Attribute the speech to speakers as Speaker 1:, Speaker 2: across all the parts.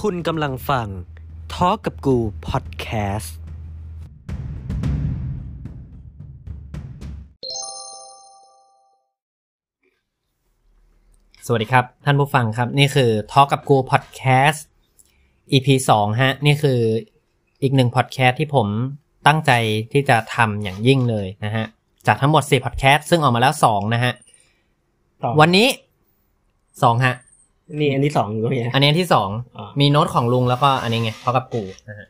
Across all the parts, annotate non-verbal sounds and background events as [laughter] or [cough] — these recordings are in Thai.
Speaker 1: คุณกำลังฟังทอกับกูพอดแคสต์
Speaker 2: สวัสดีครับ ท่านผู้ฟังครับ นี่คือ Talk กับกู Podcast EP 2 ฮะ นี่คืออีกหนึ่ง podcast ที่ผมตั้งใจที่จะทำอย่างยิ่งเลยนะฮะ จากทั้งหมด 4 podcast ซึ่งออกมาแล้ว 2 นะฮะ
Speaker 3: ต่อ
Speaker 2: วันนี้ 2 ฮะ
Speaker 3: นี่อันที่สองด้วยนะ
Speaker 2: อันนี้อันที่สอง
Speaker 3: อ่ามี
Speaker 2: มีโน้ตของลุงแล้วก็อันนี้ไง Talk กับกูนะฮะ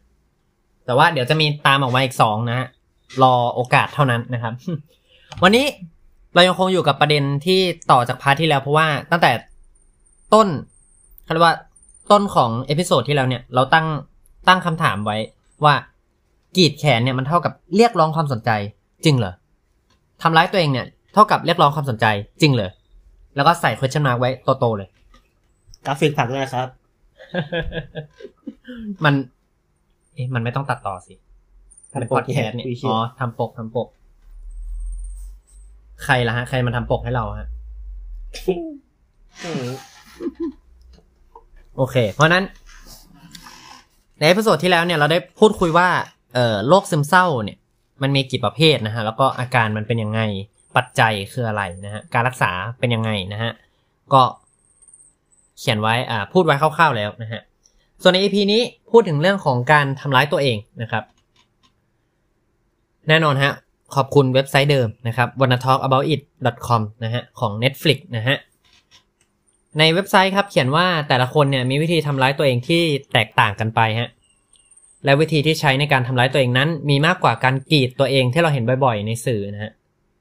Speaker 2: แต่ว่าเดี๋ยวจะมีตามออกมาอีก 2 นะฮะ รอโอกาสเท่านั้นนะครับ [laughs] วันนี้เรายังคงอยู่กับประเด็นที่ต่อจากพาร์ทที่แล้วเพราะว่าตั้งแต่ต้นเขาเรียกว่าต้นของเอพิโซดที่แล้วเนี่ย เราตั้งตั้งคำถามไว้ว่ากรีดแขนเนี่ยมันเท่ากับเรียกร้องความสนใจ จริงเหรอทำร้ายตัวเองเนี่ย เท่ากับเรียกร้องความสนใจ จริงเหรอแล้วก็ใส่ question mark ไว้โตๆเลย
Speaker 3: กราฟิกผักด้วยนะครับ
Speaker 2: [laughs] มัน เอ๊ะมันไม่ต้องตัดต่อสิ
Speaker 3: ทำ
Speaker 2: ทำป
Speaker 3: ปก
Speaker 2: อดแคสต์เนี่ย
Speaker 3: คุยเชี่ย
Speaker 2: อ๋อ ทำปก ทำปก ใครล่ะฮะ ใครมาทำปกให้เราฮะ
Speaker 3: อืม
Speaker 2: โอเค เพราะฉะนั้น ในเอพิโซดที่แล้วเนี่ยเราได้พูดคุยว่า เอ่อ โรคซึมเศร้าเนี่ย มันมีกี่ประเภทนะฮะ แล้วก็อาการมันเป็นยังไง ปัจจัยคืออะไรนะฮะ การรักษาเป็นยังไงนะฮะ ก็เขียนไว้ อ่า พูดไว้คร่าวๆแล้วนะฮะ ส่วนใน EP นี้พูดถึงเรื่องของการทำร้ายตัวเองนะครับ แน่นอนฮะ ขอบคุณเว็บไซต์เดิมนะครับ w a n n a t a l k a b o u t it com นะฮะ ของ Netflix นะฮะ ในเว็บไซต์ครับเขียนว่าแต่ละคนเนี่ยมีวิธีทำร้ายตัวเองที่แตกต่างกันไปฮะและวิธีที่ใช้ในการทำร้ายตัวเองนั้น มีมากกว่าการกรีดตัวเองที่เราเห็นบ่อยๆ ในสื่อนะฮะ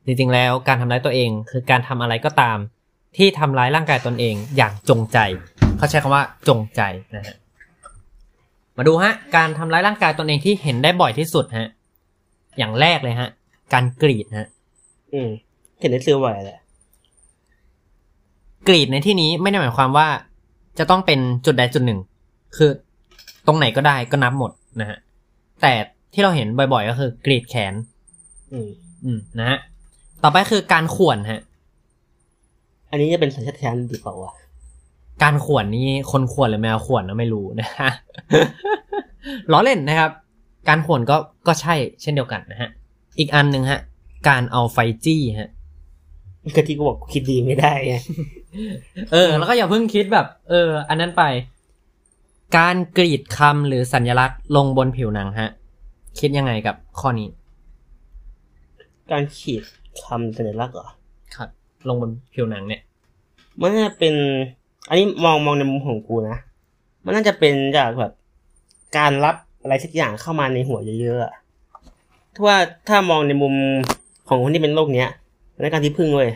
Speaker 2: จริงๆแล้วการทำร้ายตัวเองคือการทำอะไรก็ตาม ที่ทำร้ายร่างกายตนเองอย่างจงใจ เขาใช้คำว่าจงใจนะฮะมาดูฮะการทำร้ายร่างกายตนเองที่เห็นได้บ่อยที่สุดฮะอย่างแรกเลยฮะการกรีดฮะ
Speaker 3: อืมเห็นได้ซื้อบ่อยแหละ
Speaker 2: กรีดในที่นี้ไม่ได้หมายความว่าจะต้องเป็นจุดใดจุดหนึ่ง คือตรงไหนก็ได้ก็นับหมดนะฮะแต่ที่เราเห็นบ่อยๆ ก็คือกรีดแขน
Speaker 3: อืม
Speaker 2: อืมนะฮะต่อไปคือการข่วนฮะ
Speaker 3: อันนี้จะเป็นสัญชาตญาณดีเปล่าวะ
Speaker 2: การข่วนนี่คนข่วนหรือแมวข่วนนะไม่รู้นะฮะ ล้อเล่นนะครับ การข่วนก็ก็ใช่เช่นเดียวกันนะฮะอีกอันหนึ่งฮะ การเอาไฟจี้ฮะ
Speaker 3: ก็ที่กูบอกกูคิดดีไม่ได้ไง
Speaker 2: เออ แล้วก็อย่าเพิ่งคิดแบบ เออ อันนั้นไป การกรีดคำหรือสัญลักษณ์ลงบนผิวหนังฮะ คิดยังไงกับข้อนี้
Speaker 3: การขีดคำสัญลักษณ์เหรอ
Speaker 2: ครับ ลงบนผิวหนังเนี่ย
Speaker 3: มันน่าเป็น อันนี้มองมองในมุมของกูนะ มันน่าจะเป็นจากแบบ การรับอะไรสักอย่างเข้ามาในหัวเยอะๆอะถ้าว่าถ้ามองในมุมของคนที่เป็นโรคเนี้ยมันเป็นการที่พึ่งเว้ย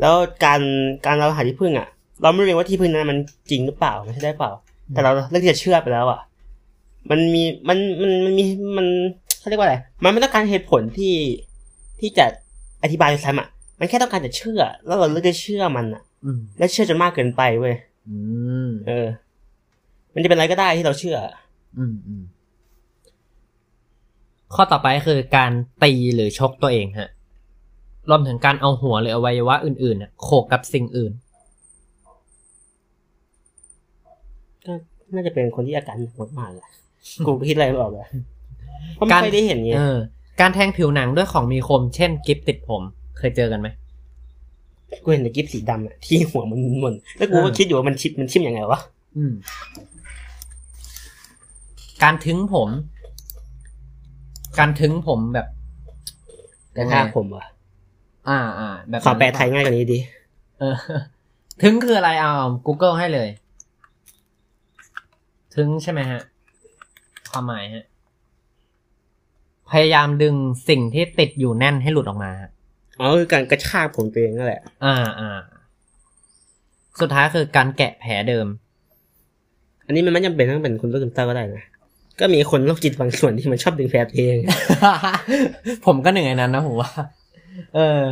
Speaker 3: แล้วการการเราหาที่พึ่งอ่ะ เราไม่รู้เลยว่าที่พึ่งนั้นมันจริงหรือเปล่ามันใช่ได้เปล่า แต่เราเลือกที่จะเชื่อไปแล้วอ่ะ มันมีมันมันมันมีมันเขาเรียกว่าอะไร มันไม่ต้องการเหตุผลที่ที่จะอธิบายซ้ำอ่ะ มันแค่ต้องการจะเชื่อ แล้วเราเลือกจะเชื่อมันอ่ะ
Speaker 2: อืม
Speaker 3: และเชื่อจนมากเกินไปเว้ย
Speaker 2: อืม
Speaker 3: เออ มันจะเป็นอะไรก็ได้ที่เราเชื่อ
Speaker 2: อืมอืมข้อต่อไปคือการตีหรือชกตัวเองฮะ รวมถึงการเอาหัวหรืออวัยวะอื่นๆน่ะโขกกับสิ่งอื่น
Speaker 3: ก็น่าจะเป็นคนที่อาการหนักมากๆแหละ กูก็คิดอะไรไม่ออกเลยเพราะไม่
Speaker 2: การ
Speaker 3: ค่อยได้เห็นเงี้
Speaker 2: เอย อ การแทงผิวหนังด้วยของมีคม เช่นกิฟติดผม เคยเจอกันไหม
Speaker 3: กูเห็นแต่กิฟสีดำอะที่หัวมันมุนๆแล้วกูก็
Speaker 2: เออ
Speaker 3: คิดอยู่ว่ามันชิมมันชิมยังไงวะ
Speaker 2: อืม การถึงผม การถึงผมแบบ
Speaker 3: แต่ถ้าผมอะ
Speaker 2: อ่าอ่าแบบ
Speaker 3: ขอแปลไทยง่ายกว่านี้ดิ
Speaker 2: เออ [laughs] ถึงคืออะไรเอา Google ให้เลย ถึงใช่ไหมฮะ ความหมายฮะ พยายามดึงสิ่งที่ติดอยู่แน่นให้หลุดออกมาฮะ
Speaker 3: อ๋อคือการกระชากผมตัวเองนั่นแหละ
Speaker 2: อ่าอ่า สุดท้ายคือการแกะแผลเดิม
Speaker 3: อันนี้มันไม่จำเป็นต้องเป็นคนโรคซึมเศร้าก็ได้นะ ก็มีคนโรคจิตบางส่วนที่มันชอบดึงแผลตัวเอง [laughs]
Speaker 2: [laughs] ผมก็หนึ่งในนั้นนะผมว่า เออ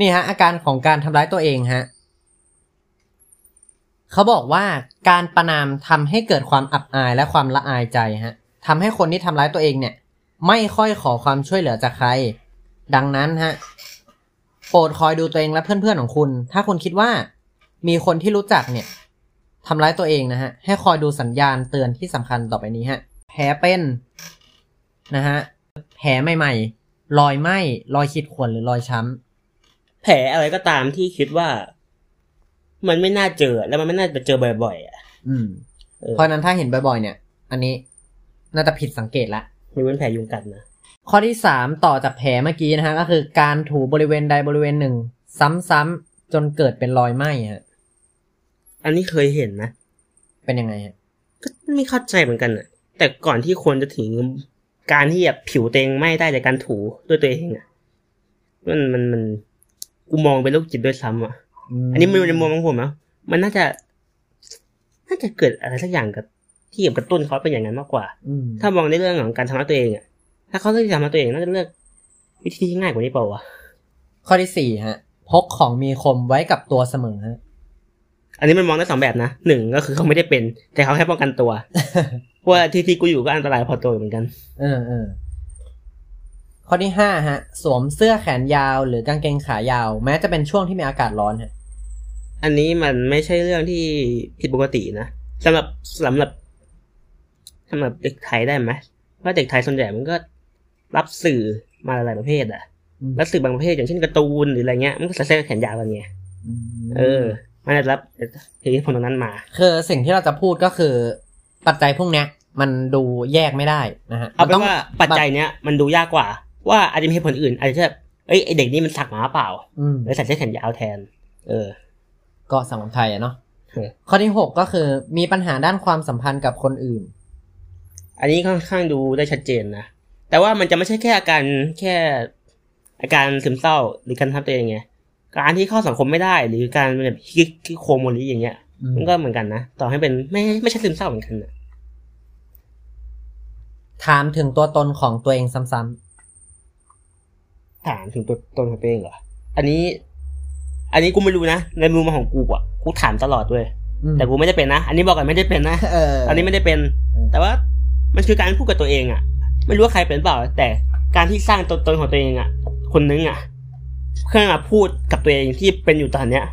Speaker 2: นี่ฮะ อาการของการทำร้ายตัวเองฮะ เขาบอกว่าการประนามทำให้เกิดความอับอายและความละอายใจฮะทำให้คนที่ทำร้ายตัวเองเนี่ย ไม่ค่อยขอความช่วยเหลือจากใคร ดังนั้นฮะ โปรดคอยดูตัวเองและเพื่อนๆของคุณ ถ้าคุณคิดว่า มีคนที่รู้จักเนี่ย ทำร้ายตัวเองนะฮะ ให้คอยดูสัญญาณเตือนที่สำคัญต่อไปนี้ฮะ แผลเป็นนะฮะ แผลใหม่ๆ รอยไหม้ รอยขีดข่วนหรือรอยช้
Speaker 3: แผลอะไรก็ตามที่คิดว่า มันไม่น่าเจอแล้วมันไม่น่าจะเจอบ่อยๆอ่ะ
Speaker 2: ำอืม
Speaker 3: เออ
Speaker 2: เพราะฉะนั้นถ้าเห็นบ่อยๆ เนี่ย อันนี้น่าจะผิดสังเกตละ
Speaker 3: มีเว้นแผลยุงกัดนะ
Speaker 2: ข้อที่สามต่อจากแผลเมื่อกี้นะฮะ ก็คือการถูบริเวณใดบริเวณหนึ่ง ซ้ำๆจนเกิดเป็นรอยไหม้ฮะ
Speaker 3: อันนี้เคยเห็นนะ
Speaker 2: เป็นยังไงฮะ
Speaker 3: ก็ไม่เข้าใจเหมือนกันอ่ะ แต่ก่อนที่คนจะถึงการที่แบบผิวตัวเองไหม้ได้จากการถูด้วยตัวเองอ่ะ มันมันมันกูมองเป็นโรคจิตด้วยซ้ำอ่ะ อันนี้มันในมุมของผมนะมันน่าจะ น่าจะเกิดอะไรสักอย่างกับที่เกี่ยวกับต้นเขาเป็นอย่างนั้นมากกว่า
Speaker 2: อืม
Speaker 3: ถ้ามองในเรื่องของการทำร้ายตัวเองอ่ะ ถ้าเขาเลือกที่จะทำร้ายตัวเองน่าจะเลือกวิธีที่ง่ายกว่านี้เปล่าวะ
Speaker 2: ข้อที่สี่ฮะ พกของมีคมไว้กับตัวเสมอฮะ
Speaker 3: อันนี้มันมองได้สองแบบนะหนึ่งก็คือเขาไม่ได้เป็น แต่เขาแค่ป้องกันตัว เพราะว่าที่ที่กูอยู่ก็อันตรายพอตัวเหมือนกัน
Speaker 2: เออเออข้อที่ห้าฮะ สวมเสื้อแขนยาวหรือกางเกงขายาว แม้จะเป็นช่วงที่มีอากาศร้อนฮะ
Speaker 3: อันนี้มันไม่ใช่เรื่องที่ผิดปกตินะสำหรับสำหรับสำหรับเด็กไทยได้ไหมว่าเด็กไทยส่วนใหญ่มันก็รับสื่อมาหลายประเภทอะ
Speaker 2: อืม
Speaker 3: แล้วสื่อบางประเภทอย่างเช่นการ์ตูนหรืออะไรเงี้ยมันก็ใส่เสื้อแขนยาวกันไงเออ มันจะรับเหตุผลตรงนั้นมา
Speaker 2: คือสิ่งที่เราจะพูดก็คือ ปัจจัยพวกเนี้ย มันดูแยกไม่ได้นะฮะ
Speaker 3: เอาเป็
Speaker 2: มัน
Speaker 3: ว่าปัจจัยเนี้ยมันดูยากกว่า ว่าอาจจะมีเหตุผลอื่นอาจจะแบบเอ้ยไอเด็กนี่มันสักหมาเปล่า
Speaker 2: อืม
Speaker 3: เลยใส่เสื้อแขนยาวแทน เออ
Speaker 2: ก็สังคมไทยอะเนาะ
Speaker 3: เออ
Speaker 2: ข้อที่หกก็คือมีปัญหาด้านความสัมพันธ์กับคนอื่น
Speaker 3: อันนี้ค่อนข้างดูได้ชัดเจนนะ แต่ว่ามันจะไม่ใช่แค่อาการแค่อาการซึมเศร้าหรือการทับตัวเองไง การที่เข้าสังคมไม่ได้หรือการแบบคิดคิดโคมโมลีอย่างเงี้ย
Speaker 2: อืม
Speaker 3: มันก็เหมือนกันนะ ต่อให้เป็นไม่ไม่ใช่ซึมเศร้าเหมือนกันนะ
Speaker 2: ถามถึงตัวตนของตัวเองซ้ำ
Speaker 3: ถามถึงตัวตนของตัวเองเหรอ อันนี้ อันนี้กูไม่รู้นะ ในมุมมองของกูอ่ะ กูถามตลอดด้วย
Speaker 2: ๆอืม
Speaker 3: แต่กูไม่ได้เป็นนะ อันนี้บอกก่อนไม่ได้เป็นนะ
Speaker 2: เออ
Speaker 3: อันนี้ไม่ได้เป็น แต่ว่ามันคือการพูดกับตัวเองอะไม่รู้ว่าใครเป็นเปล่า แต่การที่สร้างตัวตนของตัวเองอะคนนึงอะขึ้นมาพูดกับตัวเองที่เป็นอยู่ตอนเนี้ย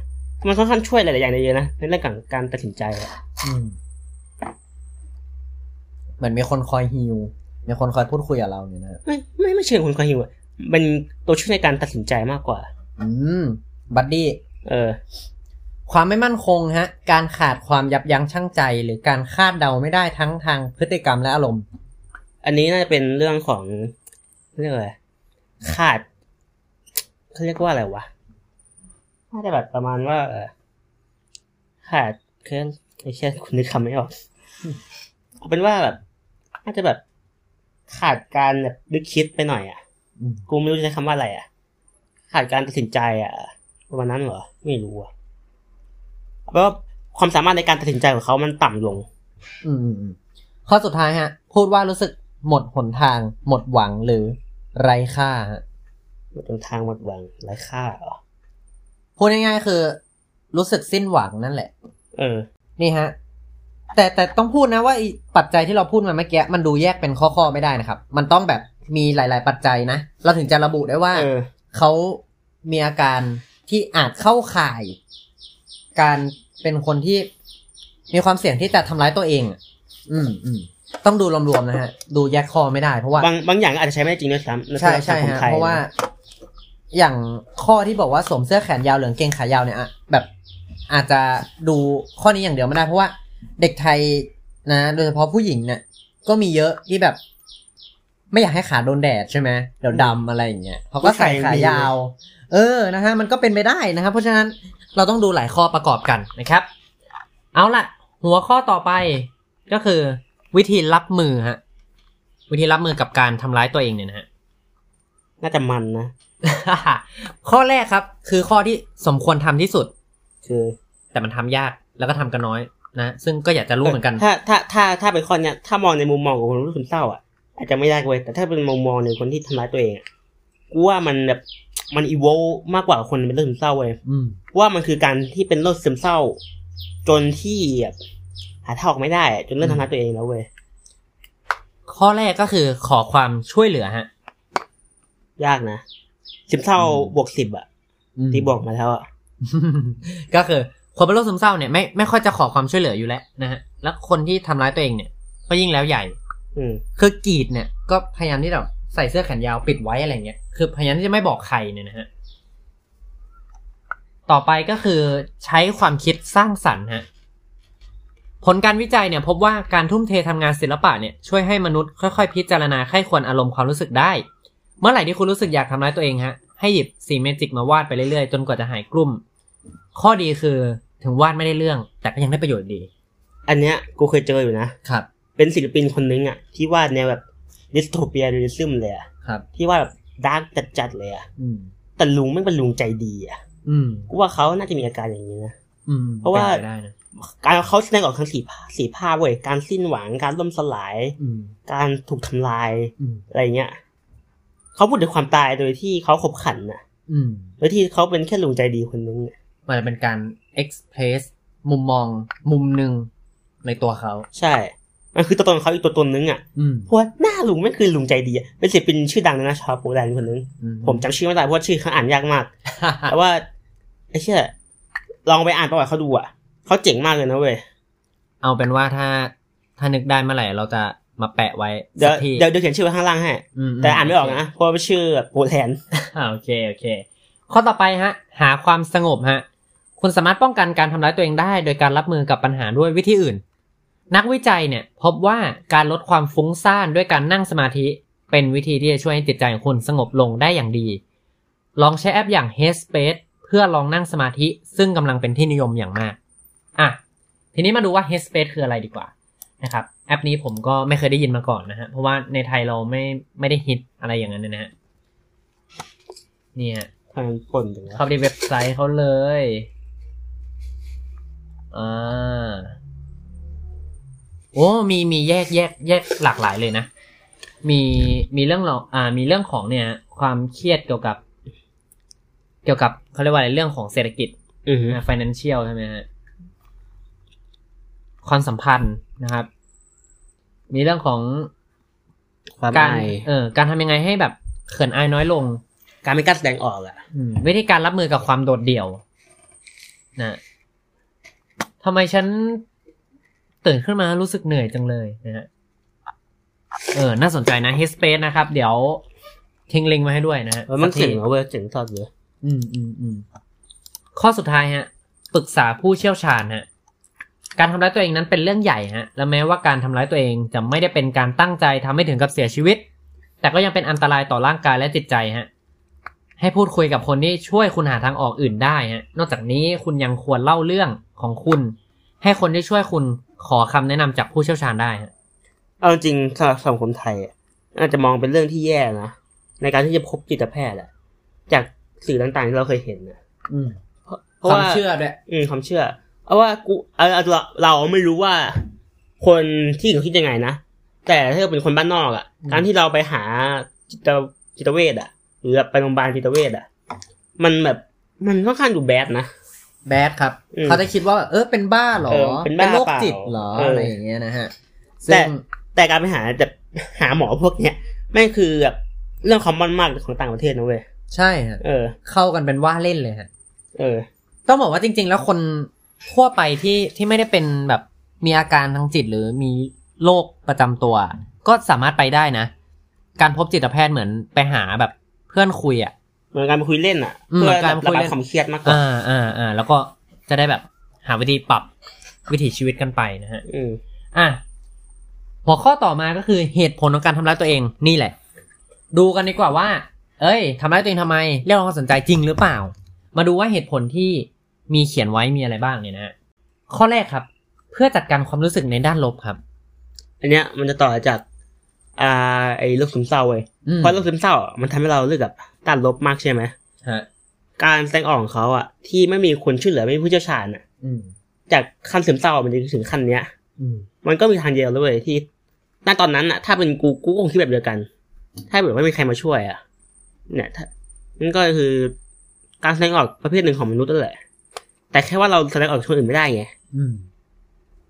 Speaker 3: มันค่อนข้างช่วยหลาย ๆ อย่างได้เยอะนะในเรื่องของการตัดสินใจอะ
Speaker 2: อืมเหมือนมีคนคอยฮิวมีคนคอยพูดคุยกับเราเนี่ยนะ
Speaker 3: ไม่ไม่ไม่เชิงคนคอยหิวอะมันตัวช่วยในการตัดสินใจมากกว่า
Speaker 2: อืม บัดดี้
Speaker 3: เออ
Speaker 2: ความไม่มั่นคงฮะ การขาดความยับยั้งชั่งใจ หรือการคาดเดาไม่ได้ทั้งทางพฤติกรรมและอารมณ์
Speaker 3: อันนี้น่าจะเป็นเรื่องของเรียกอะไรขาดเขาเรียกว่าอะไรวะน่าจะแบบประมาณว่าเออขาดเครื่องไอ้เช่นคุณนึกคำไม่ออกเอาเป็นว่าแบบน่าจะแบบขาดการแบบนึกคิดไปหน่อยอ่ะ
Speaker 2: อืม
Speaker 3: กูไม่รู้จะใช้คำว่าอะไรอ่ะ ขาดการตัดสินใจอ่ะประมาณนั้นเหรอไม่รู้อ่ะเพราะว่าความสามารถในการตัดสินใจของเขามันต่ำลง
Speaker 2: อืมอืมอืมข้อสุดท้ายฮะ พูดว่ารู้สึกหมดหนทาง หมดหวังหรือไร้ค่าฮะ
Speaker 3: หมดทางหมดหวังไร้ค่าเหรอ
Speaker 2: พูดง่ายๆคือ รู้สึกสิ้นหวังนั่นแหละ
Speaker 3: เออ
Speaker 2: นี่ฮะ แต่แต่ต้องพูดนะว่าไอ้ปัจจัยที่เราพูดมาเมื่อกี้มันดูแยกเป็นข้อๆไม่ได้นะครับ มันต้องแบบมีหลาย ๆ ปัจจัยนะ เราถึงจะระบุได้ว่า
Speaker 3: เออ
Speaker 2: เขามีอาการที่อาจเข้าข่าย การเป็นคนที่มีความเสี่ยงที่จะทำร้ายตัวเองอะอืมอืมต้องดูรวมๆนะฮะ ดูแยกคอไม่ได้เพราะว่า
Speaker 3: บางบางอย่างอาจจะใช้ไม่ได้จริงด้วยซ้ำน
Speaker 2: ใช่
Speaker 3: สำหรับ
Speaker 2: ใช่
Speaker 3: สังคม
Speaker 2: ฮะ
Speaker 3: ไทย
Speaker 2: เพราะว่าอย่างข้อที่บอกว่าสวมเสื้อแขนยาวเหลืองเกงขายาวเนี่ยอะแบบอาจจะดูข้อนี้อย่างเดียวไม่ได้ เพราะว่าเด็กไทยนะ โดยเฉพาะผู้หญิงเนี่ยก็มีเยอะที่แบบ ไม่อยากให้ขาโดนแดดใช่ไหมเดี๋ยวดำอะไรอย่างเงี้ยเขาก็ใส่ขายาว เออนะฮะมันก็เป็นไปได้นะครับ เพราะฉะนั้นเราต้องดูหลายข้อประกอบกันนะครับ เอาล่ะ หัวข้อต่อไปก็คือ วิธีรับมือฮะวิธีรับมือกับการทำร้ายตัวเองเนี่ยนะฮะ
Speaker 3: น่าจะมันนะ
Speaker 2: [laughs] ข้อแรกครับ คือข้อที่สมควรทำที่สุด
Speaker 3: คือ
Speaker 2: แต่มันทำยากแล้วก็ทำกันน้อยนะ ซึ่งก็อยากจะรู้เหมือนกัน
Speaker 3: ถ้าถ้าถ้าถ้าเป็นข้อเนี้ยถ้ามองในมุมมองของคนรู้สึกเศร้าอ่ะอาจจะไม่ยากเว้ยแต่ถ้าเป็นมุมมองในคนที่ทำร้ายตัวเองอะกูว่ามันแบบมันอีโวมากกว่าคนเป็นโรคซึมเศร้าเว้ย
Speaker 2: อืม
Speaker 3: กูว่ามันคือการที่เป็นโรคซึมเศร้า จนที่แบบหาทางออกไม่ได้อะจนเริ่มทำร้ายตัวเองแล้วเว้ย
Speaker 2: ข้อแรกก็คือขอความช่วยเหลือฮะ
Speaker 3: ยากนะซึมเศร้า
Speaker 2: อืม
Speaker 3: บวกสิบอ่ะตีบวกมาแล้วอ่ะ
Speaker 2: [laughs] ก็คือ คนเป็นโรคซึมเศร้าเนี่ยไม่ไม่ค่อยจะขอความช่วยเหลืออยู่แล้วนะฮะแล้วคนที่ทำร้ายตัวเองเนี่ย ก็ยิ่งแล้วใหญ่
Speaker 3: อืม
Speaker 2: คือกรีดเนี่ยก็พยายามที่แบบใส่เสื้อแขนยาวปิดไว้อะไรเงี้ยคือพยายามที่จะไม่บอกใครเนี่ยนะฮะต่อไปก็คือใช้ความคิดสร้างสรรค์ฮะผลการวิจัยเนี่ย พบว่าการทุ่มเททำงานศิลปะเนี่ยช่วยให้มนุษย์ค่อยๆ พิจารณาใคร่ควรอารมณ์ความรู้สึกได้ เมื่อไหร่ที่คุณรู้สึกอยากทำร้ายตัวเองฮะให้หยิบสีเมจิกมาวาดไปเรื่อยๆจนกว่าจะหายกลุ่ม ข้อดีคือถึงวาดไม่ได้เรื่อง แต่ก็ยังได้ประโยชน์ดี
Speaker 3: อันเนี้ยกูเคยเจออยู่นะ
Speaker 2: ครับ
Speaker 3: เป็นศิลปินคนนึงอ่ะ ที่วาดแนวแบบดิสโทเปียเรลิซึมเลยอ่ะ
Speaker 2: ครับ
Speaker 3: ที่วาดแบบดาร์กจัดๆเลยอ่ะ
Speaker 2: อืม
Speaker 3: แต่ลุงไม่งเป็นลุงใจดีอ่ะ
Speaker 2: อืม
Speaker 3: กูว่าเขาน่าจะมีอาการอย่างนี้นะ
Speaker 2: อืม
Speaker 3: เพราะว่า
Speaker 2: ป็นไปได้นะ
Speaker 3: การเขาแสดงออกทางสีผ้าพสีผ้าพเว้ย การสิ้นหวัง การล่มสลาย
Speaker 2: อืม
Speaker 3: การถูกทำลาย
Speaker 2: อืม
Speaker 3: อะไรเงี้ย เขาพูดถึงความตายโดยที่เขาขบขันน่ะ
Speaker 2: อืม
Speaker 3: โดยที่เขาเป็นแค่ลุงใจดีคนนึงอะ
Speaker 2: มันจะเป็นการ express มุมมองมุมหนึ่งในตัวเขา
Speaker 3: ใช่ มันคือตัวตนของเขาอีกตัวตนนึงอ่ะ
Speaker 2: อืม
Speaker 3: เพราะว่าหน้าลุงไม่งคือลุงใจดีอะเป็นศิลปินชื่อดังเลยนะชาวโปแลนด์คนนึง
Speaker 2: อื
Speaker 3: ผมจำชื่อไม่ได้เพราะว่าชื่อเขาอ่านยากมาก แต่ว่าไอ้เชี่ยลองไปอ่านประวัติเขาดูอ่ะ เขาเจ๋งมากเลยนะเว้ย
Speaker 2: [laughs] เอาเป็นว่าถ้าถ้านึกได้เมื่อไหร่เราจะมาแปะไว้
Speaker 3: เดี๋ยว
Speaker 2: สักที
Speaker 3: เดี๋ยวเดี๋ยวเขียนชื่อไว้ข้างล่างให้
Speaker 2: ม
Speaker 3: แต่อ่านไม่ออกนะ เพราะว่าชื่อแบบโปแลนด์
Speaker 2: อ่าโอเค โอเค ข้อต่อไปฮะ หาความสงบฮะ คุณสามารถป้องกันการทำร้ายตัวเองได้ โดยการรับมือกับปัญหาด้วยวิธีอื่น นักวิจัยเนี่ย พบว่าการลดความฟุ้งซ่านด้วยการนั่งสมาธิ เป็นวิธีที่จะช่วยให้จิตใจของคุณสงบลงได้อย่างดี ลองใช้แอปอย่าง Headspace เพื่อลองนั่งสมาธิ ซึ่งกำลังเป็นที่นิยมอย่างมาก อ่ะ ทีนี้มาดูว่า Headspace คืออะไรดีกว่านะครับ แอปนี้ผมก็ไม่เคยได้ยินมาก่อนนะฮะ เพราะว่าในไทยเราไม่ไม่ได้ฮิตอะไรอย่างนั้นนะฮะ เนี่ย
Speaker 3: ทางป่นถึงนะ
Speaker 2: เข้าไปในเว็บไซต์เขาเลย อ่า โอ้ มี มีแยกแยกแยกหลากหลายเลยนะ มี มีเรื่องเราอ่า มีเรื่องของเนี่ย ความเครียดเกี่ยวกับ เกี่ยวกับเขาเรียกว่าอะไร เรื่องของเศรษฐกิจ
Speaker 3: อือฮึ
Speaker 2: อ่า financial ใช่ไหมฮะ ความสัมพันธ์นะครับ มีเรื่องของ
Speaker 3: ความ
Speaker 2: การ
Speaker 3: อาย
Speaker 2: เออ การทำยังไงให้แบบเขินอายน้อยลง
Speaker 3: การไม่กล้าแสดงออกอ่ะ
Speaker 2: อืมวิธีการรับมือกับความโดดเดี่ยว นะทำไมฉันตื่นขึ้นมารู้สึกเหนื่อยจังเลยนะฮะ เออ น่าสนใจนะ h i s p a c e นะครับ เดี๋ยวทิ้งลิงก์มาให้ด้วยนะฮะ
Speaker 3: เออมัน
Speaker 2: สักที
Speaker 3: เจ๋งนะเว้ยเจ๋งสอดเลย
Speaker 2: อืมอืมอืมข้อสุดท้ายฮะ ปรึกษาผู้เชี่ยวชาญฮะ การทำร้ายตัวเองนั้นเป็นเรื่องใหญ่ฮะ และแม้ว่าการทำร้ายตัวเองจะไม่ได้เป็นการตั้งใจทำให้ถึงกับเสียชีวิต แต่ก็ยังเป็นอันตรายต่อร่างกายและจิตใจฮะ ให้พูดคุยกับคนที่ช่วยคุณหาทางออกอื่นได้ฮะ นอกจากนี้คุณยังควรเล่าเรื่องของคุณ ให้คนที่ช่วยคุณขอคำแนะนำจากผู้เชี่ยวชาญได้ฮะ
Speaker 3: เอาจริงสำหรับสังคมไทยอะอาจจะมองเป็นเรื่องที่แย่นะ ในการที่จะพบจิตแพทย์อะจากสื่อต่างๆที่เราเคยเห็นนะ
Speaker 2: อืม
Speaker 3: เพราะว่าอืมความเชื่อ เอาว่ากูเอาเอาเราเราไม่รู้ว่า คนที่อื่นเขาคิดยังไงนะ แต่ถ้าเราเป็นคนบ้านนอกอะการที่เราไปหาจิตจิตเวชอะหรือแบบไปโรงพยาบาลจิตเวชอะมันแบบมันค่อนข้างดูแบดนะ
Speaker 2: แบดครับ
Speaker 3: อืม
Speaker 2: เขาจะคิดว่า เออเป็นบ้าหรอ
Speaker 3: เออเป็นบ้า
Speaker 2: โรค
Speaker 3: เปล่า
Speaker 2: จิตหรอ
Speaker 3: เอออ
Speaker 2: อะไรอย่างเงี้ยนะฮะ
Speaker 3: แต่
Speaker 2: ซึ่ง
Speaker 3: แต่การไปหาแต่หาหมอพวกเนี้ยแม่งคือแบบเรื่องคอมมอนมากของต่างประเทศนะเว้ย
Speaker 2: ใช่ฮะ
Speaker 3: เออ
Speaker 2: เข้ากันเป็นว่าเล่นเลยฮะ
Speaker 3: เออ
Speaker 2: ต้องบอกว่าจริง ๆ แล้วคนทั่วไปที่ที่ไม่ได้เป็นแบบมีอาการทางจิตหรือมีโรคประจำตัว ก็สามารถไปได้นะ การพบจิตแพทย์เหมือนไปหาแบบเพื่อนคุยอ่ะ
Speaker 3: เหมือนการไปคุยเล่นอ่ะ
Speaker 2: อืม
Speaker 3: เพื่อ
Speaker 2: เหมือนการไปคุย
Speaker 3: ระบา
Speaker 2: เล่
Speaker 3: ย
Speaker 2: น
Speaker 3: ความเครียดมากกว่า
Speaker 2: อ่าอ่าอ่าแล้วก็จะได้แบบหาวิธีปรับวิถีชีวิตกันไปนะฮะ
Speaker 3: อืม
Speaker 2: อ่ะหัวข้อต่อมาก็คือเหตุผลของการทำร้ายตัวเองนี่แหละ ดูกันดีกว่าว่า เอ้ยทำร้ายตัวเองทำไม เรียกร้องความสนใจจริงหรือเปล่า มาดูว่าเหตุผลที่มีเขียนไว้มีอะไรบ้างเนี่ยนะฮะข้อแรกครับ เพื่อจัดการความรู้สึกในด้านลบครับ
Speaker 3: อันเนี้ยมันจะต่อจาก อ่าไอ้โรคซึมเศร้าเว้ย
Speaker 2: อืม
Speaker 3: เพราะโรคซึมเศร้าอะมันทำให้เราเลือกแบบด้านลบมากใช่ไหม
Speaker 2: ฮะ
Speaker 3: การแสดงออกของเขาอ่ะที่ไม่มีคนช่วยเหลือไม่มีผู้เชี่ยวชาญอ่ะ
Speaker 2: อืม
Speaker 3: จากขั้นซึมเศร้ามันจะถึงขั้นเนี้ย
Speaker 2: อืม
Speaker 3: มันก็มีทางเดียวเลยเว้ยที่ณตอนนั้นอ่ะ ถ้าเป็นกูกูก็คงคิดแบบเดียวกัน ถ้าแบบไม่มีใครมาช่วยอ่ะ เนี่ยถ้านั่นก็คือการแสดงออกประเภทหนึ่งของมนุษย์นั่นแหละ แต่แค่ว่าเราแสดงออกกับคนอื่นไม่ได้ไง
Speaker 2: อืม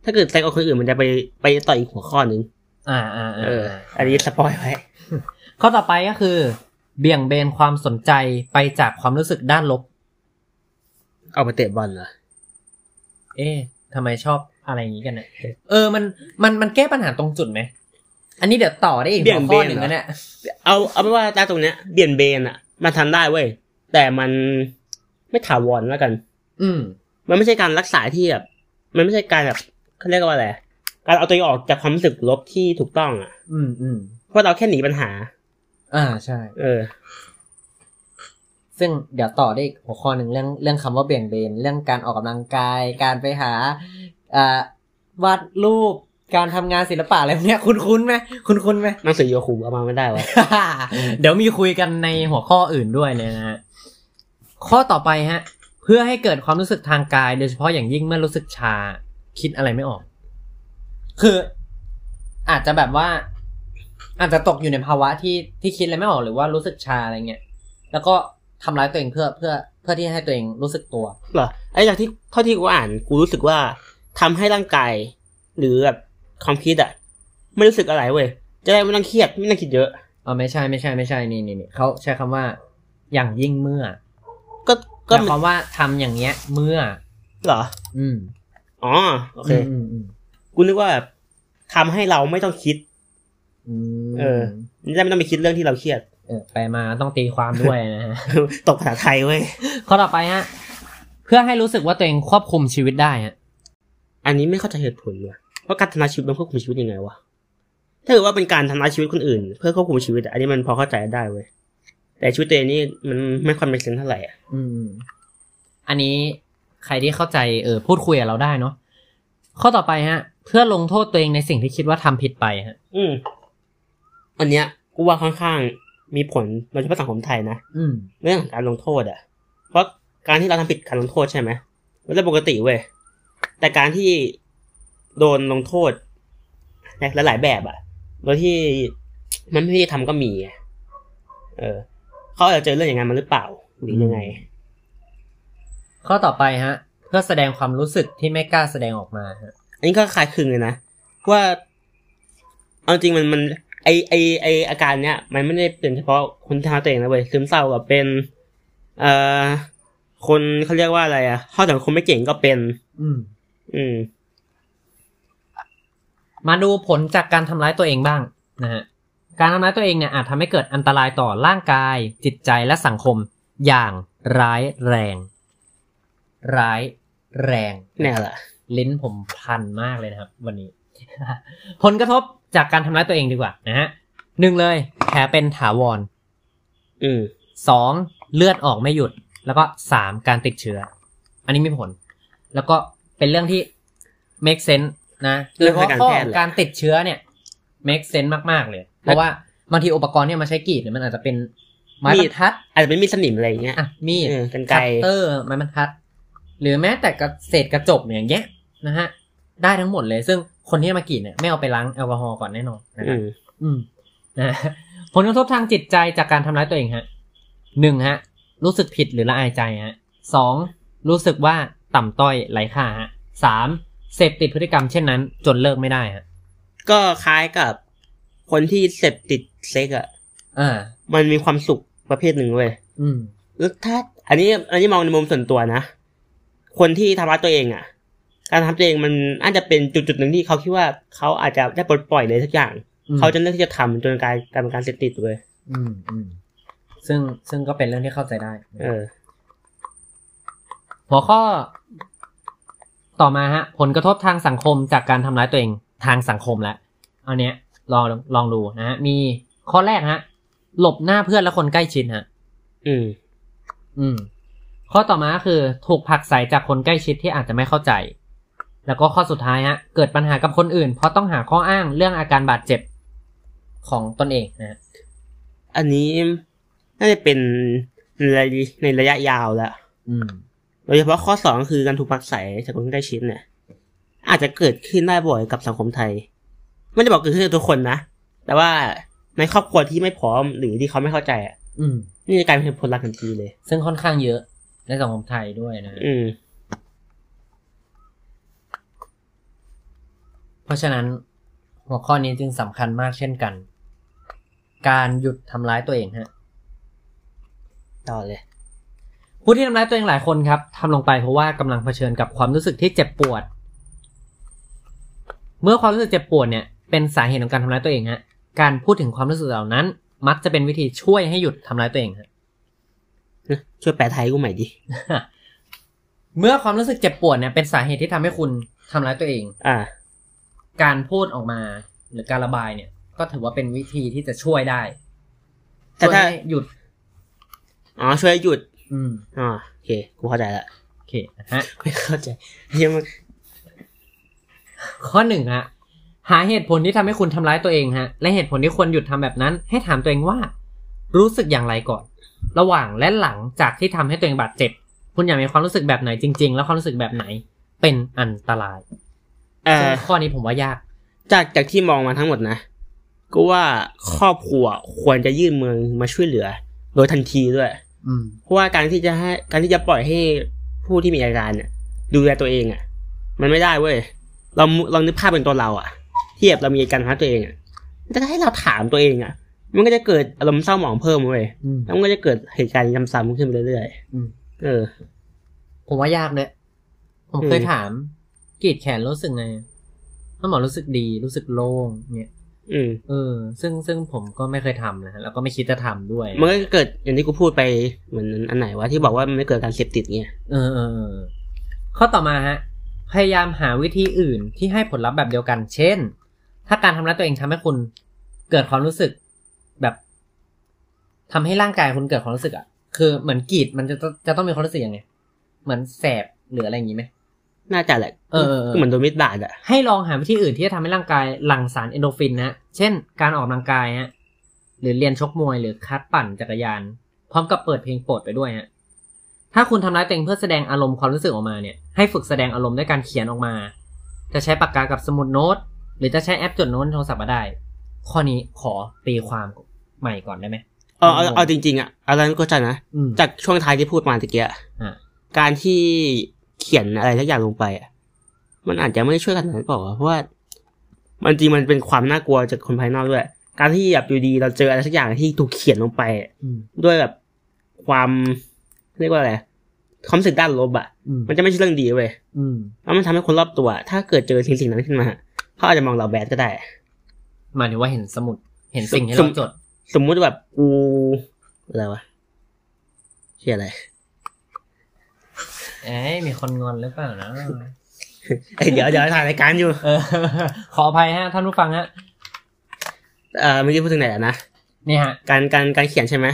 Speaker 3: ถ้าเกิดแซงออกคนอื่นมันจะไปไปต่ออีกหัวข้อหนึ่ง
Speaker 2: อ่าอ่า
Speaker 3: เออ
Speaker 2: อ่า
Speaker 3: อันนี้สปอยไว้
Speaker 2: ข้อต่อไปก็คือ เบี่ยงเบนความสนใจไปจากความรู้สึกด้านลบ
Speaker 3: เอาไปเตะบอลเหรอ
Speaker 2: เอ๊ะทำไมชอบอะไรอย่างนี้กันเนี่ยเออมันมันมันแก้ปัญหาตรงจุดไหม อันนี้เดี๋ยวต่อได้อีก
Speaker 3: เบี่ยง
Speaker 2: หัวข้อ
Speaker 3: เบน
Speaker 2: หนึ่ง
Speaker 3: เหรอ
Speaker 2: นะเนี่ย
Speaker 3: เอาเอาเป็นว่าตาตรงเนี้ยเบี่ยนเบนอะมันทำได้เว้ยแต่มันไม่ถาวรแล้วกัน
Speaker 2: อืม
Speaker 3: มันไม่ใช่การรักษาที่แบบมันไม่ใช่การแบบเขาเรียกว่าอะไรการเอาตัวเองออกจากความรู้สึกลบที่ถูกต้องอะ
Speaker 2: อืมอืม
Speaker 3: เพราะเราแค่หนีปัญหา
Speaker 2: อ่าใช่
Speaker 3: เออ
Speaker 2: ซึ่งเดี๋ยวต่อได้อีกหัวข้อหนึ่งเรื่องเรื่องคำว่าเบี่ยงเบนเรื่องการออกกำลังกาย การไปหาเอ่อวาดรูปการทำงานศิลปะอะไรพวกเนี้ยคุ้นคุ้นๆไหมคุ้นคุ้นๆไหม
Speaker 3: หนังสือโยคุเอามาไม่ได้วะ
Speaker 2: [laughs] เดี๋ยวมีคุยกันในหัวข้ออื่นด้วยเนี่ยนะฮะข้อต่อไปฮะ เพื่อให้เกิดความรู้สึกทางกาย โดยเฉพาะอย่างยิ่งเมื่อรู้สึกชา คิดอะไรไม่ออก คืออาจจะแบบว่า อาจจะตกอยู่ในภาวะที่ที่คิดอะไรไม่ออกหรือว่ารู้สึกชาอะไรเงี้ยแล้วก็ทำร้ายตัวเองเพื่อเพื่อเพื่อที่ให้ตัวเองรู้สึกตัว
Speaker 3: เหรอไอ้จากที่เท่าที่กูอ่านกูรู้สึกว่าทำให้ร่างกายหรือแบบความคิดอะไม่รู้สึกอะไรเว้ยจะได้ไม่ต้องเครียดไม่ต้องคิดเยอะ
Speaker 2: อ๋อไม่ใช่ไม่ใช่ไม่ใช่นี่นี่นี่เขาใช้คำว่าอย่างยิ่งเมื่อ
Speaker 3: ก็
Speaker 2: ห
Speaker 3: ก็
Speaker 2: มายความว่าทำอย่างเงี้ย เมื่อ
Speaker 3: เหรอ
Speaker 2: อืม
Speaker 3: อ๋อโอเค
Speaker 2: อืมอืม
Speaker 3: กูนึกว่าแบบทำให้เราไม่ต้องคิด
Speaker 2: อืม
Speaker 3: เออ จะได้ไม่ต้องไปคิดเรื่องที่เราเครียด [laughs]
Speaker 2: เออแปลมาต้องตีความด้วยนะฮะ
Speaker 3: ตกภาษาไทยเว้ย
Speaker 2: [laughs] ข้อต่อไปฮะ เพื่อให้รู้สึกว่าตัวเองควบคุมชีวิตได้ฮะ
Speaker 3: อันนี้ไม่เข้าใจเหตุผลว่ะว่าการทำลายชีวิตมันควบคุมชีวิตยังไงวะถ้าเกิดว่าเป็นการทำลายชีวิตคนอื่น เพื่อควบคุมชีวิตอะอันนี้มันพอเข้าใจได้เว้ยแต่ชีวิตตัวเองนี่มันไม่ค่อยเป็นเซนเท่าไหร่อะ
Speaker 2: อืม อันนี้ใครที่เข้าใจเออพูดคุยกับเราได้เนาะ ข้อต่อไปฮะ เพื่อลงโทษตัวเองในสิ่งที่คิดว่าทำผิดไปฮะ
Speaker 3: อืมอันเนี้ยกูว่าค่อนข้างมีผลโดยเฉพาะสังคมไทยนะ
Speaker 2: อืม
Speaker 3: เรื่องของการลงโทษอ่ะ เพราะการที่เราทำผิดการลงโทษใช่ไหมมันเรื่องปกติเว้ย แต่การที่โดนลงโทษในหลายๆแบบอ่ะ โดยที่มันไม่ได้ทำก็มีอะเออ เขาอาจจะเจอเรื่องอย่างนั้นมาหรือเปล่า หรือยังไง
Speaker 2: ข้อต่อไปฮะ เพื่อแสดงความรู้สึกที่ไม่กล้าแสดงออกมาฮะ
Speaker 3: อันนี้ก็คล้ายคลึงเลยนะ ว่า เอาจริงมันมันไอไอไออาการเนี้ย มันไม่ได้เป็นเฉพาะคนที่ทำตัวเองนะเว้ยซึมเศร้าก็เป็น เอ่อ คนเขาเรียกว่าอะไรอ่ะเข้าสังคมไม่เก่งก็เป็น
Speaker 2: อืม
Speaker 3: อืม
Speaker 2: มาดูผลจากการทำร้ายตัวเองบ้างนะฮะ การทำร้ายตัวเองเนี่ยอาจทำให้เกิดอันตรายต่อร่างกาย จิตใจและสังคมอย่างร้ายแรง ร้ายแรง
Speaker 3: แน่ละ
Speaker 2: ลิ้นผมพันมากเลยนะครับ วันนี้ [laughs] ผลกระทบจากการทำร้ายตัวเองดีกว่านะฮะหนึ่งเลยแผลเป็นถาวร
Speaker 3: อืม
Speaker 2: สองเลือดออกไม่หยุด แล้วก็สามการติดเชื้อ อันนี้มีผล แล้วก็เป็นเรื่องที่ make sense นะ
Speaker 3: เรื่อง
Speaker 2: โดย
Speaker 3: ทา
Speaker 2: เฉพะ
Speaker 3: งการ
Speaker 2: ข้อ
Speaker 3: แพทย์แหละ
Speaker 2: การติดเชื้อเนี่ย make sense มากๆเลย เพราะว่าบางทีอุปกรณ์เนี่ยมาใช้กรีดเนี่ยมันอาจจะเป็นไม้บรรทัด
Speaker 3: อาจจะเป็นมีดสนิมอะไรอย่างเงี้ย
Speaker 2: อ่ะ มีด
Speaker 3: เออกันไกร
Speaker 2: คัตเตอร์ไม้บรรทัด หรือแม้แต่กระเศษกระจกเนี่ยอย่างเงี้ยนะฮะ ได้ทั้งหมดเลย ซึ่งคนที่มากรีดเนี่ยไม่เอาไปล้างแอลกอฮอล์ก่อนแน่นอนนะค
Speaker 3: อื
Speaker 2: รับ
Speaker 3: ม
Speaker 2: อืม [laughs] นะฮะผลกระทบทางจิตใจจากการทำร้ายตัวเองฮะหนึ่งฮะ รู้สึกผิดหรือละอายใจฮะสองรู้สึกว่าต่ำต้อยไร้ค่าฮะสามเสพติดพฤติกรรมเช่นนั้น จนเลิกไม่ได้ฮะ
Speaker 3: ก็คล้ายกับคนที่เสพติดเซ็กอะ
Speaker 2: อ่า
Speaker 3: มันมีความสุขประเภทหนึ่งเว้ย
Speaker 2: อืม
Speaker 3: แล้วถ้า อันนี้ อันนี้มองในมุมส่วนตัวนะ คนที่ทำร้ายตัวเองอะการทำตัวเองมันอาจจะเป็นจุดจุดๆหนึ่งที่เขาคิดว่าเขาอาจจะได้ปลดปล่อยเลยสักอย่าง
Speaker 2: อืม
Speaker 3: เขาจะเลือกที่จะทำจนกลายกลายเป็นการเสพติดเว้ย
Speaker 2: อืมอืมซึ่งซึ่งก็เป็นเรื่องที่เข้าใจได้นะ
Speaker 3: เออ
Speaker 2: หัวข้อ ต่อมาฮะ ผลกระทบทางสังคมจากการทำร้ายตัวเองทางสังคมและเอาเนี้ยลองลองดูนะฮะมีข้อแรกฮะ หลบหน้าเพื่อนและคนใกล้ชิดฮะ
Speaker 3: อืม
Speaker 2: อืม ข้อต่อมาคือ ถูกผลักไสจากคนใกล้ชิดที่อาจจะไม่เข้าใจ แล้วก็ข้อสุดท้ายฮะ เกิดปัญหากับคนอื่น เพราะต้องหาข้ออ้างเรื่องอาการบาดเจ็บของตนเองนะฮะ
Speaker 3: อันนี้น่าจะเป็นในระยะในระยะยาวแล้ว
Speaker 2: อืม
Speaker 3: โดยเฉพาะข้อสองคือการถูกผลักไสจากคนใกล้ชิดเนี่ย อาจจะเกิดขึ้นได้บ่อยกับสังคมไทย ไม่ได้บอกเกิดขึ้นกับทุกคนนะ แต่ว่าในครอบครัวที่ไม่พร้อมหรือที่เขาไม่เข้าใจอ่ะ
Speaker 2: อืม
Speaker 3: นี่จะกลายเป็นผลลัพธ์ทันทีเลย
Speaker 2: ซึ่งค่อนข้างเยอะในสังคมไทยด้วยนะ
Speaker 3: อืม
Speaker 2: เพราะฉะนั้นหัวข้อนี้จึงสำคัญมากเช่นกัน การหยุดทำร้ายตัวเองฮะ
Speaker 3: ต่อเลย
Speaker 2: ผู้ที่ทำร้ายตัวเองหลายคนครับทำลงไปเพราะว่ากำลังเผชิญกับความรู้สึกที่เจ็บปวด เมื่อความรู้สึกเจ็บปวดเนี่ยเป็นสาเหตุของการทำร้ายตัวเองฮะการพูดถึงความรู้สึกเหล่านั้น มักจะเป็นวิธีช่วยให้หยุดทำร้ายตัวเองฮะ
Speaker 3: ช่วยแปลไทยกูใหม่ดิ
Speaker 2: เมื่อความรู้สึกเจ็บปวดเนี่ยเป็นสาเหตุที่ทำให้คุณทำร้ายตัวเอง
Speaker 3: อ่า
Speaker 2: การพูดออกมาหรือการระบายเนี่ย ก็ถือว่าเป็นวิธีที่จะช่วยได้
Speaker 3: แต่
Speaker 2: ช่วย
Speaker 3: ถ้า
Speaker 2: ให้หยุด
Speaker 3: อ๋อ ช่วยหยุด
Speaker 2: อืม
Speaker 3: อ๋อ โอเค กูเข้าใจละ
Speaker 2: โอเคนะฮะ
Speaker 3: ไม่เข้าใจเหี้ยังมัน
Speaker 2: ข้อหนึ่งฮะหาเหตุผลที่ทำให้คุณทำร้ายตัวเองฮะ และเหตุผลที่ควรหยุดทำแบบนั้น ให้ถามตัวเองว่า รู้สึกอย่างไรก่อน ระหว่างและหลังจากที่ทำให้ตัวเองบาดเจ็บ คุณอยากมีความรู้สึกแบบไหนจริง ๆ แล้วความรู้สึกแบบไหนเป็นอันตราย
Speaker 3: เอ่
Speaker 2: ซึ่
Speaker 3: อ
Speaker 2: งข้อนี้ผมว่ายาก
Speaker 3: จากจากที่มองมาทั้งหมดนะ ก็ว่าครอบครัวควรจะยื่นมือมาช่วยเหลือ โดยทันทีด้วย
Speaker 2: อืม
Speaker 3: เพราะว่าการที่จะให้การที่จะปล่อยให้ผู้ที่มีอาการเนี่ยดูแลตัวเองอะ่ะ มันไม่ได้เว้ยเราเรานึกภาพเป็นตัวเราอะ่ะที่แบบเรามีอาการท้าตัวเองอะ่ะแต่ถ้าให้เราถามตัวเองอะ่ะ มันก็จะเกิดอารมณ์เศร้าหมองเพิ่มเว้ย
Speaker 2: อืม
Speaker 3: แล้วมันก็จะเกิดเหตุการณ์ซ้ำๆขึ้นไปเรื่อย
Speaker 2: อืม
Speaker 3: ๆเออ
Speaker 2: ผมว่ายากเลยผมเคย
Speaker 3: อืม
Speaker 2: ถามกรีดแขนรู้สึกไงแล้วหมอรู้สึกดีรู้สึกโล่งเนี่ย
Speaker 3: อืม
Speaker 2: เออ ซึ่งซึ่งผมก็ไม่เคยทำนะฮะแล้วก็ไม่คิดจะทำด้วย
Speaker 3: มันก็จะเกิดอย่างที่กูพูดไปเหมือนอันไหนว่าที่บอกว่ามันไม่เกิดการเสพติดเนี่ย
Speaker 2: เออเออเออข้อต่อมาฮะ พยายามหาวิธีอื่นที่ให้ผลลัพธ์แบบเดียวกัน เช่น ถ้าการทำร้ายตัวเองทำให้คุณเกิดความรู้สึกแบบทำให้ร่างกายคุณเกิดความรู้สึกอ่ะ คือเหมือนกรีดมันจะต้องจะต้องมีความรู้สึกยังไง เหมือนแสบหรืออะไรอย่างนี้ไหม
Speaker 3: น่าจะแหละ
Speaker 2: เออเออเออ
Speaker 3: ก็เหมือนโดนมิดบาดอ่ะ
Speaker 2: ให้ลองหาวิธีอื่นที่จะทำให้ร่างกายหลั่งสารเอนโดรฟินนะฮะ เช่น การออกกำลังกายฮะ หรือเรียนชกมวยหรือคัดปั่นจักรยาน พร้อมกับเปิดเพลงโปรดไปด้วยฮะ ถ้าคุณทำร้ายตัวเองเพื่อแสดงอารมณ์ความรู้สึกออกมาเนี่ย ให้ฝึกแสดงอารมณ์ด้วยการเขียนออกมา จะใช้ปากกากับสมุดโน้ต หรือจะใช้แอปจดโน้ตในโทรศัพท์ก็ได้ ข้อนี้ขอตีความใหม่ก่อนได้ไหม
Speaker 3: เอาเอา
Speaker 2: อืม
Speaker 3: เอาจริงๆอ่ะอะไรนั้นก็จะนะ
Speaker 2: อืม
Speaker 3: จากช่วงท้ายที่พูดมาตะเกียะ
Speaker 2: อ่ะ
Speaker 3: การที่เขียนอะไรสักอย่างลงไปอ่ะ มันอาจจะไม่ได้ช่วยกันนั้นเปล่าวะเพราะว่า มันจริงมันเป็นความน่ากลัวจากคนภายนอกด้วย การที่แบบอยู่ดีเราเจออะไรสักอย่างที่ถูกเขียนลงไปอะ
Speaker 2: อืม
Speaker 3: ด้วยแบบความเรียกว่าอะไรความรู้สึกด้านลบอ่ะ
Speaker 2: อืม
Speaker 3: มันจะไม่ใช่เรื่องดีเว้ย
Speaker 2: อืม
Speaker 3: แล้วมันทำให้คนรอบตัว ถ้าเกิดเจอสิ่งสิ่งนั้นขึ้นมาเขาอาจจะมองเราแบดก็ได้
Speaker 2: หมายถึงว่าเห็นสมุด เห็นสิ่งที่เราจด
Speaker 3: สมมุติแบบกูอะไรวะเชื่ออะไร
Speaker 2: เอ๊ะมีคนงอนหรือเปล่านะ
Speaker 3: เอ้ยเดี๋ยวเดี๋ยวถ่ายรายการอยู่
Speaker 2: เออ [laughs] ขออภัยฮะท่านผู้ฟังฮะ
Speaker 3: เอ่อเมื่อกี้พูดถึงไหนแล้วนะ
Speaker 2: นี่ฮะ
Speaker 3: การการการเขียนใช่ไหม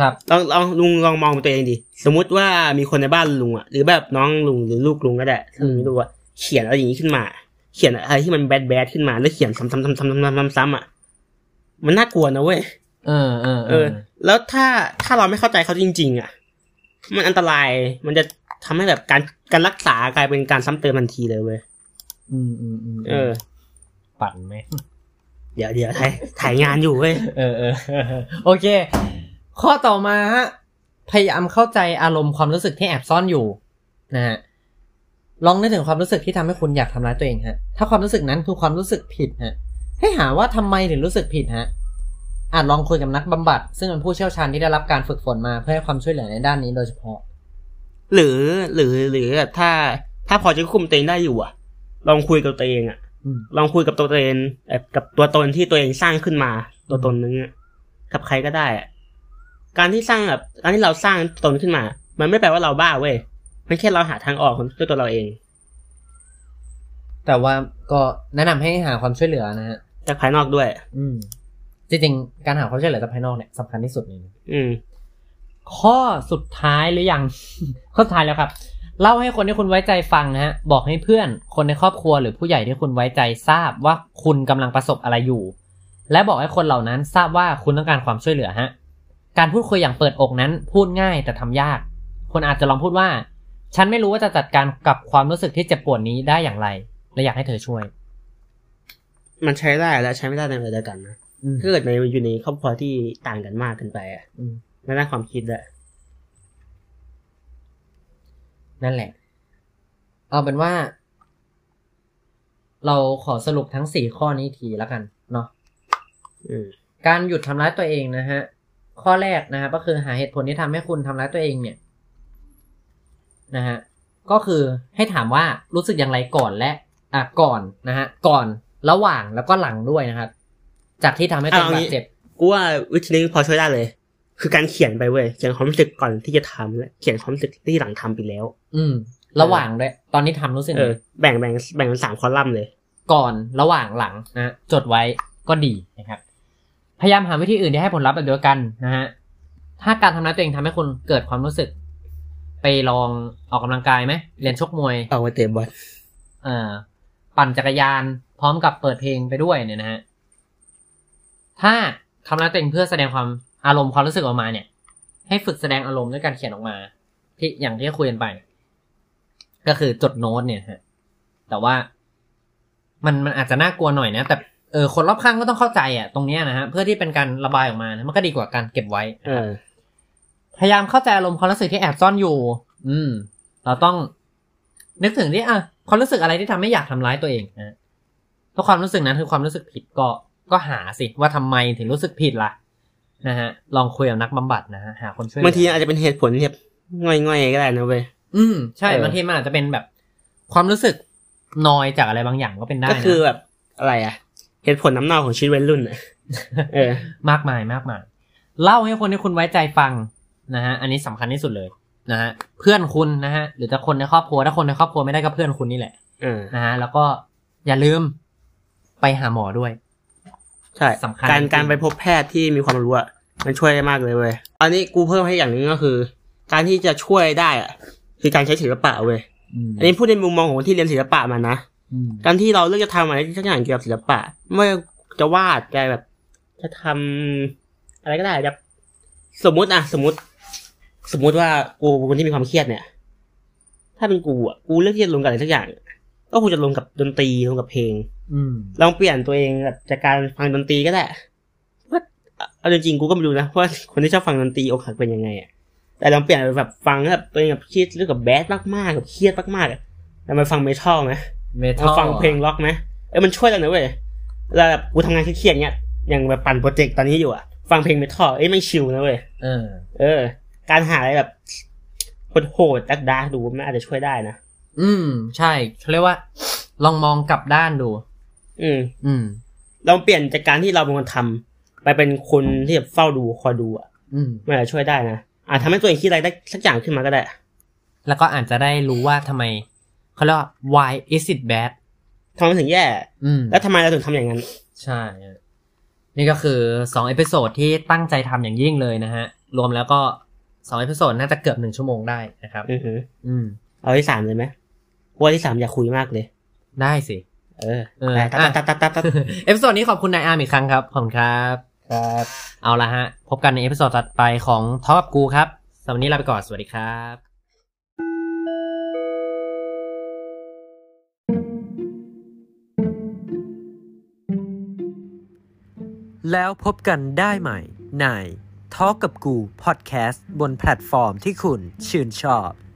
Speaker 2: ครับ
Speaker 3: ลองลองลุงลองมองตัวเองดิ สมมุติว่ามีคนในบ้านลุงอ่ะ หรือแบบน้องลุงหรือลูกลุงก็ได้ถ้าลุงไม่รู้ว่าเขียนอะไรอย่างนี้ขึ้นมา เขียนอะไรที่มันแบดแบดขึ้นมา แล้วเขียนซ้ำซ้ำซ้ำซ้ำซ้ำซ้ำซ้ำอ่ะ มันน่ากลัวนะเว้ย
Speaker 2: เออเออ
Speaker 3: เออ แล้วถ้าถ้าเราไม่เข้าใจเขาจริง ๆ อ่ะ มันอันตราย มันจะทำให้แบบการการรักษากลายเป็นการซ้ำเติมทันทีเลยเว้ย
Speaker 2: อืมอืมอืม
Speaker 3: เออ
Speaker 2: ปั่นไหม
Speaker 3: เดี๋ยวเดี๋ยวถ่ายถ่ายงานอยู่เว้ย
Speaker 2: เออเอ [laughs] อโอเค ข้อต่อมาฮะ พยายามเข้าใจอารมณ์ความรู้สึกที่แอบซ่อนอยู่นะฮะ ลองนึกถึงความรู้สึกที่ทำให้คุณอยากทำร้ายตัวเองฮะ ถ้าความรู้สึกนั้นคือความรู้สึกผิดฮะ ให้หาว่าทำไมถึงรู้สึกผิดฮะ อาจลองคุยกับนักบำบัด ซึ่งเป็นผู้เชี่ยวชาญที่ได้รับการฝึกฝนมาเพื่อให้ความช่วยเหลือในด้านนี้โดยเฉพาะ
Speaker 3: หรือหรือหรือแบบถ้าถ้าพอจะควบคุมตัวเองได้อยู่อะลองคุยกับตัวเองอะ
Speaker 2: อืม
Speaker 3: ลองคุยกับตัวเองเอ่อกับตัวตนที่ตัวเองสร้างขึ้นมา ตัวตนนึงอะกับใครก็ได้อะการที่สร้างแบบการที่เราสร้างตัวตนขึ้นมา มันไม่แปลว่าเราบ้าเว้ยมันแค่เราหาทางออกของด้วยตัวเราเอง
Speaker 2: แต่ว่าก็แนะนำให้หาความช่วยเหลือนะฮะ
Speaker 3: จากภายนอกด้วย
Speaker 2: อืม จริงๆ การหาความช่วยเหลือจากภายนอกเนี่ยสำคัญที่สุดเลยนะ
Speaker 3: อืม
Speaker 2: ข้อสุดท้ายหรือยัง [laughs] ข้อสุดท้ายแล้วครับ เล่าให้คนที่คุณไว้ใจฟังนะฮะ บอกให้เพื่อน คนในครอบครัวหรือผู้ใหญ่ที่คุณไว้ใจทราบว่าคุณกำลังประสบอะไรอยู่ และบอกให้คนเหล่านั้นทราบว่าคุณต้องการความช่วยเหลือฮะ การพูดคุยอย่างเปิดอกนั้น พูดง่ายแต่ทำยาก คุณอาจจะลองพูดว่า ฉันไม่รู้ว่าจะจัดการกับความรู้สึกที่เจ็บปวดนี้ได้อย่างไร และอยากให้เธอช่วย
Speaker 3: มันใช้ได้และใช้ไม่ได้ในเวลาเดียวกันนะ
Speaker 2: อืม
Speaker 3: ถ้าเกิดในอยู่ในครอบครัวที่ต่างกันมากเกินไปอะ
Speaker 2: อืม
Speaker 3: ในด้านความคิดอะ
Speaker 2: นั่นแหละ เอาเป็นว่า เราขอสรุปทั้งสี่ข้อนี้ทีแล้วกันเนาะ
Speaker 3: อืม
Speaker 2: การหยุดทำร้ายตัวเองนะฮะ ข้อแรกนะครับก็คือหาเหตุผลที่ทำให้คุณทำร้ายตัวเองเนี่ย นะฮะก็คือให้ถามว่ารู้สึกอย่างไรก่อนและอ่ะก่อนนะฮะก่อนระหว่างแล้วก็หลังด้วยนะครับ จากที่ทำให้ตัวเอง
Speaker 3: เอางี้
Speaker 2: บาดเจ็บ
Speaker 3: กูว่าวิธีนี้พอช่วยได้เลย คือการเขียนไปเว้ยเขียนความรู้สึกก่อนที่จะทำและเขียนความรู้สึกที่หลังทำไปแล้ว
Speaker 2: อืม ระหว่างด้วยตอนนี้ทำรู้สึก
Speaker 3: เออ แบ่งแบ่งแบ่งเป็นสามคอลัมน์เลย
Speaker 2: ก่อนระหว่างหลังนะฮะจดไว้ก็ดีนะครับ พยายามหาวิธีอื่นที่ให้ผลลัพธ์แบบเดียวกันนะฮะถ้าการทำร้ายตัวเองทำให้คนเกิดความรู้สึก ไปลองออกกำลังกายไหมเรียนชกมวย
Speaker 3: เอาไปเตะบอล
Speaker 2: เอ่อปั่นจักรยานพร้อมกับเปิดเพลงไปด้วยเนี่ยนะฮะ ถ้าทำร้ายตัวเองเพื่อแสดงความอารมณ์ความรู้สึกออกมาเนี่ย ให้ฝึกแสดงอารมณ์ด้วยการเขียนออกมา ที่อย่างที่คุยกันไป ก็คือจดโน้ตเนี่ยฮะ แต่ว่ามันมันอาจจะน่ากลัวหน่อยนะ แต่เออคนรอบข้างก็ต้องเข้าใจอ่ะตรงเนี้ยนะฮะเพื่อที่เป็นการระบายออกมานะมันก็ดีกว่าการเก็บไว้
Speaker 3: เอ
Speaker 2: นะครับ
Speaker 3: อ
Speaker 2: พยายามเข้าใจอารมณ์ความรู้สึกที่แอบซ่อนอยู่ อืม เราต้องนึกถึงที่อ่ะความรู้สึกอะไรที่ทำให้อยากทำร้ายตัวเองนะถ้าความรู้สึกนั้นคือความรู้สึกผิดก็ ก็หาสิว่าทำไมถึงรู้สึกผิดล่ะ นะฮะ ลองคุยกับนักบำบัดนะฮะหาคนช่วยเหลือ
Speaker 3: บางทีอาจจะเป็นเหตุผลที่แบบง่อยๆก็ได้นะเว้ย
Speaker 2: อืม ใช่
Speaker 3: เออ
Speaker 2: บางทีมันอาจจะเป็นแบบ ความรู้สึกนอยจากอะไรบางอย่างก็เป็นได้
Speaker 3: ก็
Speaker 2: นะ
Speaker 3: คือแบบอะไรอะเหตุผลน้ำเน่าของชีวิตวัยรุ่นอะ
Speaker 2: [laughs]
Speaker 3: เออ
Speaker 2: มากมายมากมายเล่าให้คนที่คุณไว้ใจฟังนะฮะอันนี้สำคัญที่สุดเลยนะฮะเพื่อนคุณนะฮะหรือจะคนในครอบครัวถ้าคนในครอบครัวไม่ได้ก็เพื่อนคุณนี่แหละ
Speaker 3: เออ
Speaker 2: นะฮะแล้วก็อย่าลืมไปหาหมอด้วย
Speaker 3: ใช่
Speaker 2: สำคัญ
Speaker 3: การ
Speaker 2: จริง
Speaker 3: การไปพบแพทย์ที่มีความรู้อะมันช่วยได้มากเลยเว้ยอันนี้กูเพิ่มให้อย่างหนึงก็คือ การที่จะช่วยได้อะคือการใช้ศิลปะเว้ยอันนี้พูดในมุมมองของคนที่เรียนศิลปะมานะ
Speaker 2: อืม
Speaker 3: การที่เราเลือกจะทำอะไรสักอย่างเกี่ยวกับศิลปะไม่ว่าจะวาดจะแบบ จะทำอะไรก็ได้จะสมมุติอะสมมติ สมมุติว่ากูเป็นคนที่มีความเครียดเนี่ย ถ้าเป็นกูอะกูเลือกที่จะลงกับอะไรสักอย่าง ก็กูจะลงกับดนตรีลงกับเพลง
Speaker 2: อืม
Speaker 3: ลองเปลี่ยนตัวเองแบบจากการฟังดนตรีก็ได้ว่าเอาจริงๆกูก็ไม่รู้นะว่าคนที่ชอบฟังดนตรีอกหักเป็นยังไงอะแต่ลองเปลี่ยนแบบฟังแบบตัวเองแบบเครียดหรือกับแบดมากๆกับเครียดมากๆอะแล้วมาฟังเมทัลไหม
Speaker 2: เมทัล
Speaker 3: มาฟังเพลงล็อกไหมเอ้ยมันช่วยกันนะเว้ยเวลาแบบกูทำงานเครียดๆเนี้ยอย่างแบบปั่นโปรเจกต์ตอนนี้อยู่อะฟังเพลงเมทัลเอ้ยมันชิลนะเว้ย
Speaker 2: เออ
Speaker 3: เออ การหาอะไรแบบโหดๆดักดาร์กๆดูมันอาจจะช่วยได้นะ
Speaker 2: อืม ใช่เขาเรียกว่า ลองมองกลับด้านดู
Speaker 3: อืม
Speaker 2: อืม
Speaker 3: เราเปลี่ยนจากการที่เราเป็นคนทำไปเป็นคนที่แบบเฝ้าดูคอยดูอ่ะ
Speaker 2: อืม
Speaker 3: มันอาจจะช่วยได้นะอาจทำให้ตัวเองคิดอะไรได้สักอย่างขึ้นมาก็ได้
Speaker 2: แล้วก็อาจจะได้รู้ว่าทำไมเขาเรียกว่า why is it bad
Speaker 3: ทำไมถึงแย่
Speaker 2: อืม
Speaker 3: แล้วทำไมเราถึงทำอย่างนั้น
Speaker 2: ใช่ฮะนี่ก็คือสองเอพิโซดที่ตั้งใจทำอย่างยิ่งเลยนะฮะ รวมแล้วก็สองเอพิโซดน่าจะเกือบหนึ่งชั่วโมงได้นะครับ
Speaker 3: อือหือ
Speaker 2: อืม
Speaker 3: เอาที่สามเลยไหมว่าที่สามอยากคุยมากเลย
Speaker 2: ได้สิ
Speaker 3: เออ
Speaker 2: เออ
Speaker 3: ได้ตัดตัดตัดตัดตัด
Speaker 2: เอพิโซดนี้ขอบคุณนายอาร์มอีกครั้งครับ ขอบคุณครับ
Speaker 3: ครับ
Speaker 2: เอาละฮะ พบกันในเอพิโซดถัดไปของท็อปกูครับสำหรับวันนี้ลาไปก่อน สวัสดีครับ
Speaker 1: แล้วพบกันได้ใหม่ใน Talk กับกู Podcast บนแพลตฟอร์มที่คุณชื่นชอบ